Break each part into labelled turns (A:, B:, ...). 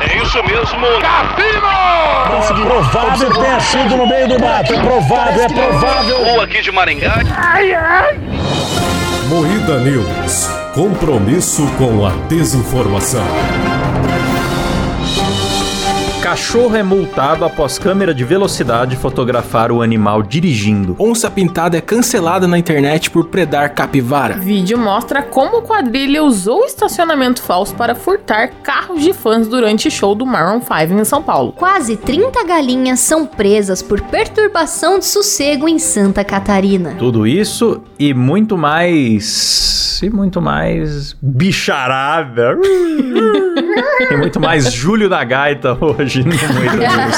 A: É Isso mesmo, Cassino!
B: É provável que tenha sido no meio do mato. É provável, é provável.
A: Ou aqui de Maringá.
C: Moída News. Compromisso com a desinformação.
D: Cachorro é multado após câmera de velocidade fotografar o animal dirigindo.
E: Onça pintada é cancelada na internet por predar capivara.
F: Vídeo mostra como quadrilha usou o estacionamento falso para furtar carros de fãs durante show do Maroon 5 em São Paulo.
G: Quase 30 galinhas são presas por perturbação de sossego em Santa Catarina.
D: Tudo isso e muito mais. E muito mais. Bicharada. Tem muito mais Júlio da Gaita hoje no Moída News.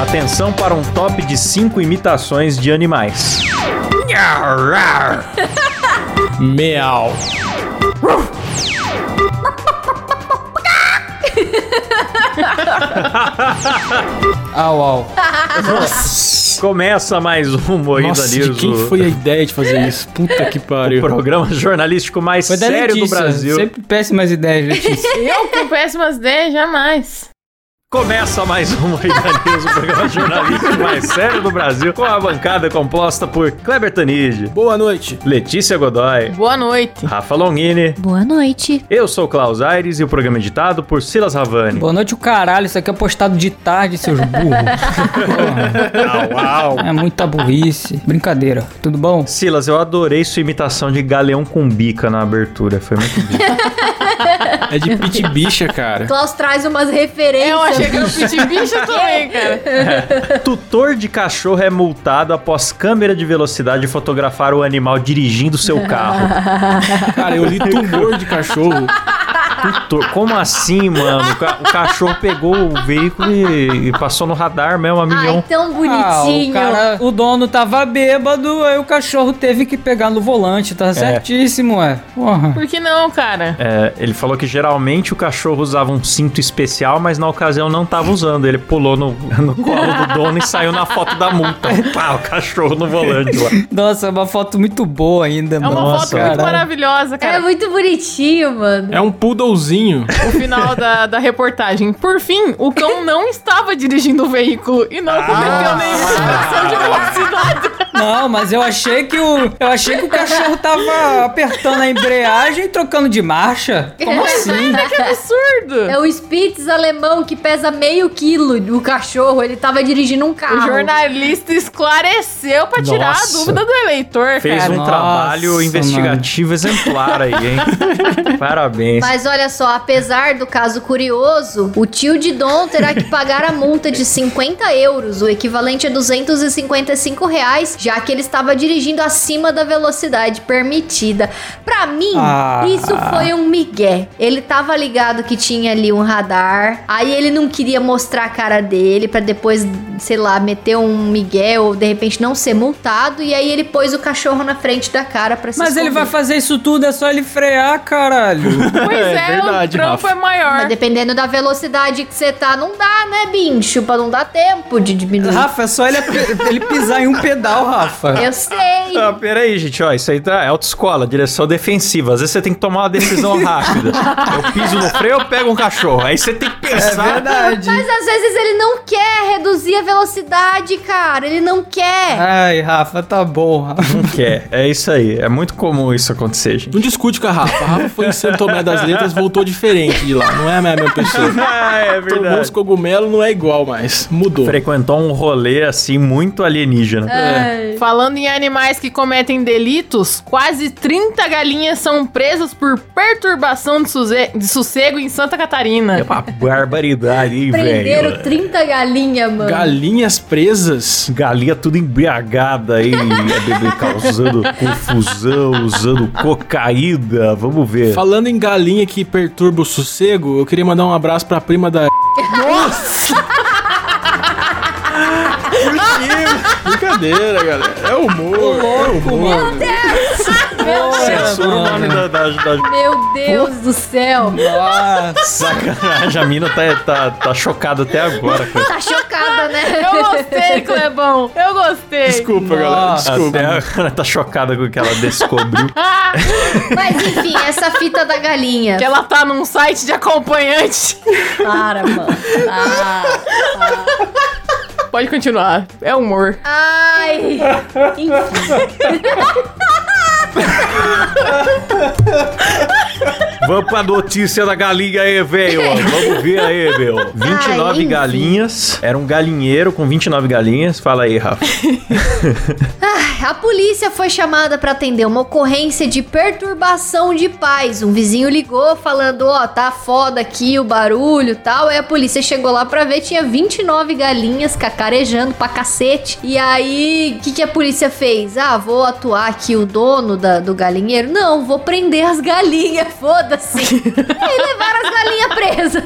D: Atenção para um top de 5 imitações de animais.
E: Meow. Au, au.
D: Começa mais um Moída
E: Nossa, de
D: News.
E: quem
D: o-
E: foi a ideia de fazer isso? Puta que
D: o
E: pariu.
D: programa jornalístico mais
H: Foi da
D: sério do
H: Letícia.
D: Brasil.
H: Sempre péssimas ideias, Letícia.
F: Eu com péssimas ideias, jamais.
D: Começa mais um Moída News, o programa jornalístico mais sério do Brasil, com a bancada composta por Kleber Tanid,
E: Boa noite.
D: Letícia Godoy,
F: Boa noite.
D: Rafa Longini,
G: Boa noite.
D: eu sou Klaus Aires e o programa é editado por Silas Ravani.
H: Boa noite, o caralho. Isso aqui é postado de tarde, seus burros.
D: Uau!
H: Porra, é muita burrice. Brincadeira. Tudo bom?
D: Silas, eu adorei sua imitação de galeão com bica na abertura, foi muito bom.
E: É de pit bicha, cara.
G: Klaus traz umas referências.
F: Eu achei que eu pedi bicha também, cara.
D: Tutor de cachorro é multado após câmera de velocidade fotografar o animal dirigindo seu carro.
E: Cara, eu li tumor de cachorro.
D: Tutor, como assim, mano? O, ca- o cachorro pegou o veículo e, e passou no radar mesmo, a
G: Ai,
D: milhão.
G: tão
H: Ah, o,
G: então bonitinho.
H: cara- o dono tava bêbado, aí é, o cachorro teve que pegar no volante. Tá certíssimo, é. Porra.
F: Por que não, cara?
D: É, ele falou que geralmente o cachorro usava um cinto especial, mas na ocasião não tava usando. Ele pulou no, no colo do dono e saiu na foto da multa. Pá, o cachorro no volante lá.
H: Nossa, é uma foto muito boa ainda,
F: É uma
H: mano.
D: Nossa,
F: foto muito
H: caralho.
F: maravilhosa,
G: É
F: cara.
G: muito bonitinho, mano.
E: É um poodlezinho.
F: O final da, da reportagem. Por fim, o cão não estava dirigindo o veículo e
D: Ah,
F: não cometeu nenhuma infração de velocidade.
H: Não, mas eu achei que o. Eu achei que o cachorro tava apertando a embreagem e trocando de marcha.
F: É.
H: Como assim?
F: Que absurdo!
G: É o Spitz alemão que pesa meio quilo. O cachorro, ele tava dirigindo um carro.
F: O jornalista esclareceu pra tirar
D: Nossa.
F: a dúvida do eleitor,
D: Fez
F: cara.
D: um
H: Nossa,
D: trabalho
H: mano.
D: investigativo exemplar aí, hein? Parabéns.
G: Mas olha só, apesar do caso curioso, o tio de Dom terá que pagar a multa de 50 euros, o equivalente a 255 reais, já que ele estava dirigindo acima da velocidade permitida. Pra mim,
H: Ah.
G: isso foi um migué. Ele tava ligado que tinha ali um radar, aí ele não queria mostrar a cara dele pra depois, sei lá, meter um migué ou de repente não ser multado, e aí ele pôs o cachorro na frente da cara pra se
H: Mas ele
G: esconder.
H: vai fazer isso tudo, é só ele frear, caralho.
F: Pois
E: É
F: é,
E: verdade,
F: o trampo
E: Rafa.
F: é maior.
G: Mas dependendo da velocidade que você tá, não dá, né, bicho? Pra não dar tempo de diminuir.
H: Rafa, é só ele, ele pisar em um pedal, Rafa.
G: Eu sei.
D: Ah, peraí, gente, ó, isso aí tá, é autoescola, direção defensiva. Às vezes você tem que tomar uma decisão rápida. Eu piso no freio, eu pego um cachorro. Aí você tem que
H: É
D: pensar.
H: verdade.
G: Mas às vezes ele não quer reduzir a velocidade, cara. Ele não quer.
H: Ai, Rafa, tá bom. Rafa.
D: Não quer. É isso aí. É muito comum isso acontecer, gente.
E: Não discute com a Rafa. A Rafa foi em Santo Tomé das Letras, voltou diferente de lá. Não é a mesma pessoa.
D: Ah, é
E: Tomou os cogumelos, não é igual mais. Mudou.
D: Frequentou um rolê assim muito alienígena.
F: Falando em animais que cometem delitos, quase 30 galinhas são presas por perturbação de, suze- de sossego em Santa
D: É
F: Catarina.
D: uma barbaridade, hein,
G: Prenderam
D: velho.
G: 30 galinhas, mano.
E: Galinhas presas.
D: Galinha tudo embriagada aí, a bebê causando confusão, usando cocaína. Vamos ver.
E: Falando em galinha que perturba o sossego, eu queria mandar um abraço pra prima da. Nossa! Brincadeira, galera. É humor. é humor.
D: Censura o nome da, da, da-
G: Meu Deus do céu.
H: Nossa.
D: sacanagem. A mina tá, tá, tá chocada até agora. cara.
G: Tá chocada, né?
F: Eu gostei, Clebão. Eu gostei.
D: Desculpa, galera.
H: Nossa.
D: Desculpa. Até agora tá chocada com o que ela descobriu.
G: Mas enfim, essa fita da galinha.
F: Que ela tá num site de acompanhante.
G: Para, mano. Ah.
F: Pode continuar. É humor.
G: Ai.
D: Vamos pra notícia da galinha aí, velho. Vamos ver aí, meu. 29
G: enfim.
D: galinhas. Era um galinheiro com 29 galinhas. Fala aí, Rafa.
G: Ah, A polícia foi chamada para atender uma ocorrência de perturbação de paz. Um vizinho ligou falando: "Ó, tá foda aqui o barulho, e tal". Aí a polícia chegou lá pra ver, tinha 29 galinhas cacarejando pra cacete. E aí, o que que a polícia fez? Ah, vou atuar aqui o dono da- do galinheiro? Não, vou prender as galinhas, foda-se. aí levaram as galinhas presas.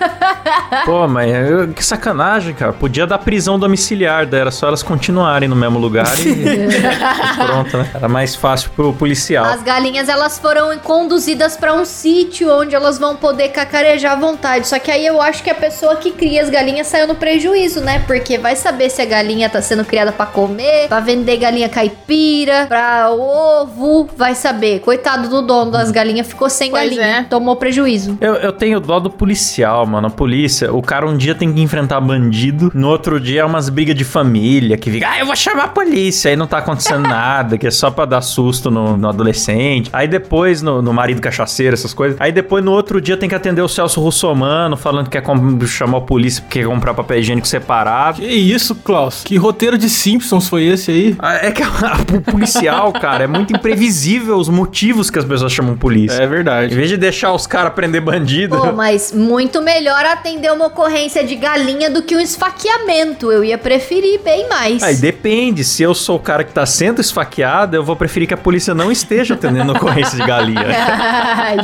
D: Pô, mas é, eu- que sacanagem, cara. Podia dar prisão domiciliar, daí era só elas continuarem no mesmo lugar e. e pronto, né? Era mais fácil pro policial.
G: As galinhas elas foram conduzidas pra um sítio onde elas vão poder cacarejar à vontade. Só que aí eu acho que a pessoa que cria as galinhas saiu no prejuízo, né? Porque vai saber se a galinha tá sendo criada pra comer, pra vender galinha caipira, pra ovo, vai saber. Coitado do dono das galinhas ficou sem
F: Pois
G: galinha,
F: é.
G: tomou prejuízo.
D: Eu, eu tenho dó do policial, mano. A polícia, o cara um dia tem que enfrentar bandido, no outro dia é umas brigas de família que fica, ah, eu vou chamar a polícia. Aí não tá acontecendo nada, que é só pra dar susto no, no adolescente. Aí depois, no, no marido cachaceiro, essas coisas. Aí depois, no outro dia, tem que atender o Celso Russomano, falando que quer com- chamar a polícia porque quer comprar papel higiênico separado.
E: Que isso, Klaus? Que roteiro de Simpsons foi esse aí?
D: Ah, É que o policial, cara, é muito imprevisível os motivos que as pessoas chamam polícia. Em
E: verdade.
D: vez de deixar os caras prender bandido.
G: Pô, mas muito melhor atender uma ocorrência de galinha do que um esfaqueamento. Eu ia preferir bem mais.
D: Aí depende, se eu sou o cara que tá sendo esfaqueado, eu vou preferir que a polícia não esteja atendendo ocorrência de galinha.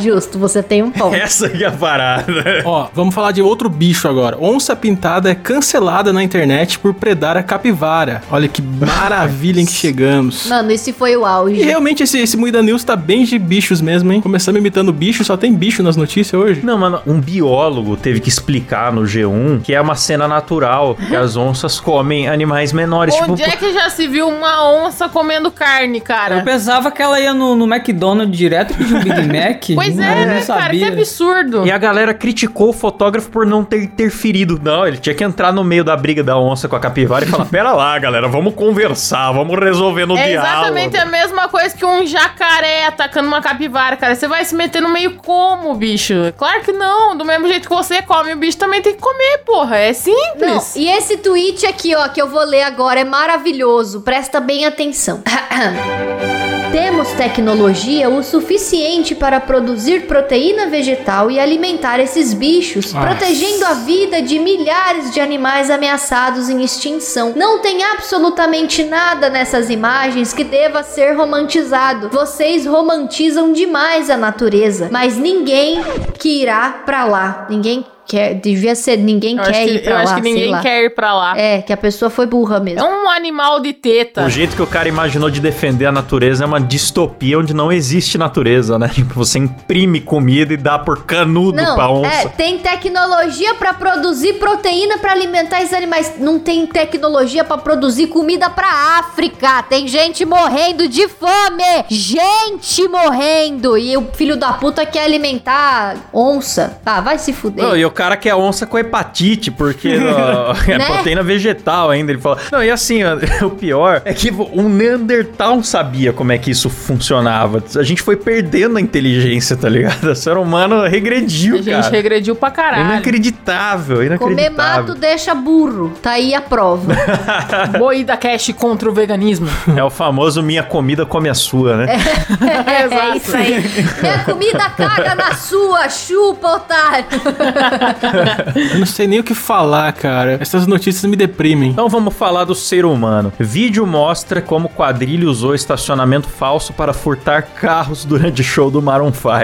G: Justo, você tem um ponto.
D: Essa que é a parada.
E: Ó, vamos falar de outro bicho agora. Onça pintada é cancelada na internet por predar a capivara. Olha que maravilha em que chegamos.
G: Mano, esse foi o
E: E
G: auge.
E: realmente esse, esse Muida News tá bem de bichos mesmo, hein? Começamos imitando bicho, só tem bicho nas notícias hoje.
D: Não, mano, um biólogo teve que explicar no G1 que é uma cena natural que as onças comem animais menores. tipo
F: Onde é que já se viu uma onça comendo carne, cara?
H: Eu pensava que ela ia no, no McDonald's direto e pedir um Big Mac.
F: Pois
H: não,
F: é,
H: eu não
F: né, cara? Que
H: sabia.
F: absurdo.
D: E a galera criticou o fotógrafo por não ter interferido. Não, ele tinha que entrar no meio da briga da onça com a capivara e falar: pera lá, galera, vamos conversar, vamos resolver no
F: É
D: diálogo.
F: exatamente a mesma coisa que um jacaré atacando uma capivara, cara. Você vai se meter no meio como, bicho? Claro que não. Do mesmo jeito que você come, o bicho também tem que comer, porra. É
G: Não,
F: simples.
G: e esse tweet aqui, ó, que eu vou ler agora é maravilhoso. Presta bem atenção. Temos tecnologia o suficiente para produzir proteína vegetal e alimentar esses bichos,
E: Nossa.
G: protegendo a vida de milhares de animais ameaçados em extinção. Não tem absolutamente nada nessas imagens que deva ser romantizado. Vocês romantizam demais a natureza, mas ninguém que irá pra lá. Ninguém quer, devia ser ninguém
F: Eu acho
G: quer
F: que,
G: ir pra
F: eu
G: lá.
F: acho que
G: sei
F: ninguém
G: lá.
F: quer ir pra
D: Ah.
F: lá.
G: É, que a pessoa foi burra mesmo.
F: É um animal de teta.
D: O jeito que o cara imaginou de defender a natureza é uma distopia onde não existe natureza, né? Tipo, você imprime comida e dá por canudo pra onça.
G: é, tem tecnologia pra produzir proteína pra alimentar esses animais. Não tem tecnologia pra produzir comida pra África. Tem gente morrendo de fome. Gente morrendo. E o filho da puta quer alimentar onça. Tá, vai se fuder.
D: Não, e o cara quer onça com hepatite, porque ó, é
G: Né?
D: proteína vegetal ainda. Ele fala. Não, e assim, ó, o pior é que o Neandertal sabia como é que isso funcionava. A gente foi perdendo a inteligência, tá ligado? O ser humano regrediu,
F: a gente
D: cara.
F: regrediu pra caralho.
D: Inacreditável,
G: Comer
D: inacreditável.
G: mato deixa burro. Tá aí a prova.
F: Boida cash contra o veganismo.
D: É o famoso minha comida come a sua, né?
G: é isso aí. Minha comida caga na sua, chupa, otário.
E: Eu não sei nem o que falar, cara. Essas notícias me deprimem.
D: Então vamos falar do ser humano. Vídeo mostra como quadrilha usou estacionamento falso para furtar carros durante show do Maroon 5.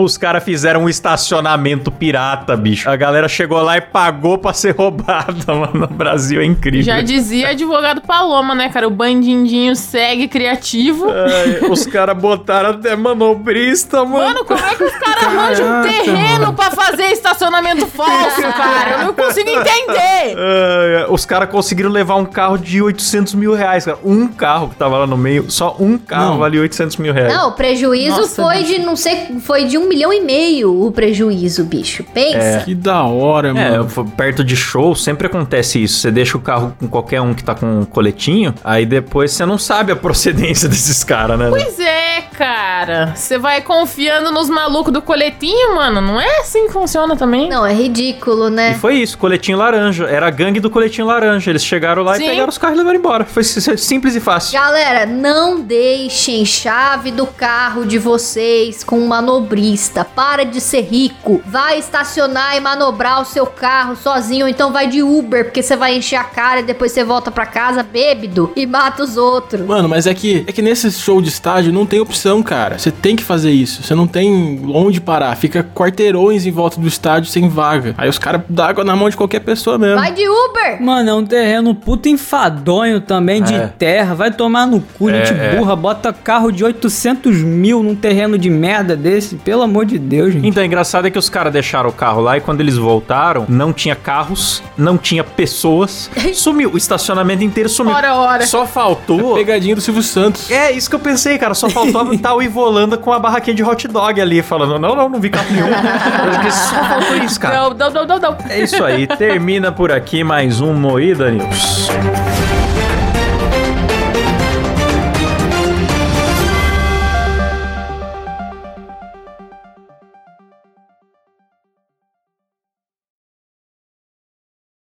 D: Os caras fizeram um estacionamento pirata, bicho. A galera chegou lá e pagou pra ser roubada, mano. O Brasil é incrível.
F: Já dizia advogado Paloma, né, cara? O bandindinho segue criativo.
D: É. Ai, os caras botaram até manobrista, mano.
F: Mano, como é que os caras arranjam um
E: Caraca,
F: terreno pra fazer estacionamento falso, cara? Eu não consigo entender.
D: Ai, ai, os caras conseguiram levar um carro de 800 mil reais, cara. Um carro que tava lá no meio, só um carro
E: Não.
D: vale 800 mil reais.
G: Não, o prejuízo
F: Nossa,
G: foi de não sei, foi de um milhão e meio o prejuízo, bicho. Pensa.
E: Que da hora,
D: É,
E: mano.
D: f- perto de show sempre acontece isso. Você deixa o carro com qualquer um que tá com um coletinho, aí depois você não sabe a procedência desses caras, né?
F: Pois é, cara. Você vai confiando nos malucos do coletinho, mano. Não é assim que funciona também.
G: Não, é ridículo,
D: E
G: né?
D: foi isso, coletinho laranja. Era a gangue do coletinho laranja. Eles chegaram lá
F: Sim.
D: e pegaram os carros e levaram embora. Foi si- si- simples e fácil.
G: Galera, não deixem chave do carro de vocês com um manobrista. Para de ser rico. Vai estacionar e manobrar o seu carro sozinho, ou então vai de Uber, porque você vai encher a cara e depois você volta pra casa bêbado e mata os outros.
E: Mano, mas é que, é que nesse show de estádio não tem opção, cara. Você tem que fazer isso. Você não tem onde parar. Fica quarteirões em volta do estádio sem vaga. Aí os caras dão água na mão de qualquer pessoa mesmo.
G: Vai de Uber!
H: Mano, é um terreno puto enfadonho também, de
D: É.
H: terra. Vai tomar no cu,
D: É,
H: gente
D: é.
H: burra. Bota carro de 800 mil num terreno de merda desse. Pelo amor de Deus, gente.
D: Então, o engraçado é que os caras deixaram o carro lá e quando eles voltaram, não tinha carros, não tinha pessoas, sumiu. O estacionamento inteiro sumiu.
F: Ora, ora.
D: Só faltou.
F: Tá
E: Pegadinha do Silvio Santos.
D: É, isso que eu pensei, cara. Só faltava tá o Ivolanda com a barraquinha de hot dog ali, falando: não, não, não vi carro nenhum. Eu acho que só faltou isso, cara.
F: Não, não, não, não, não.
D: É isso aí. Termina por aqui mais um Moída News.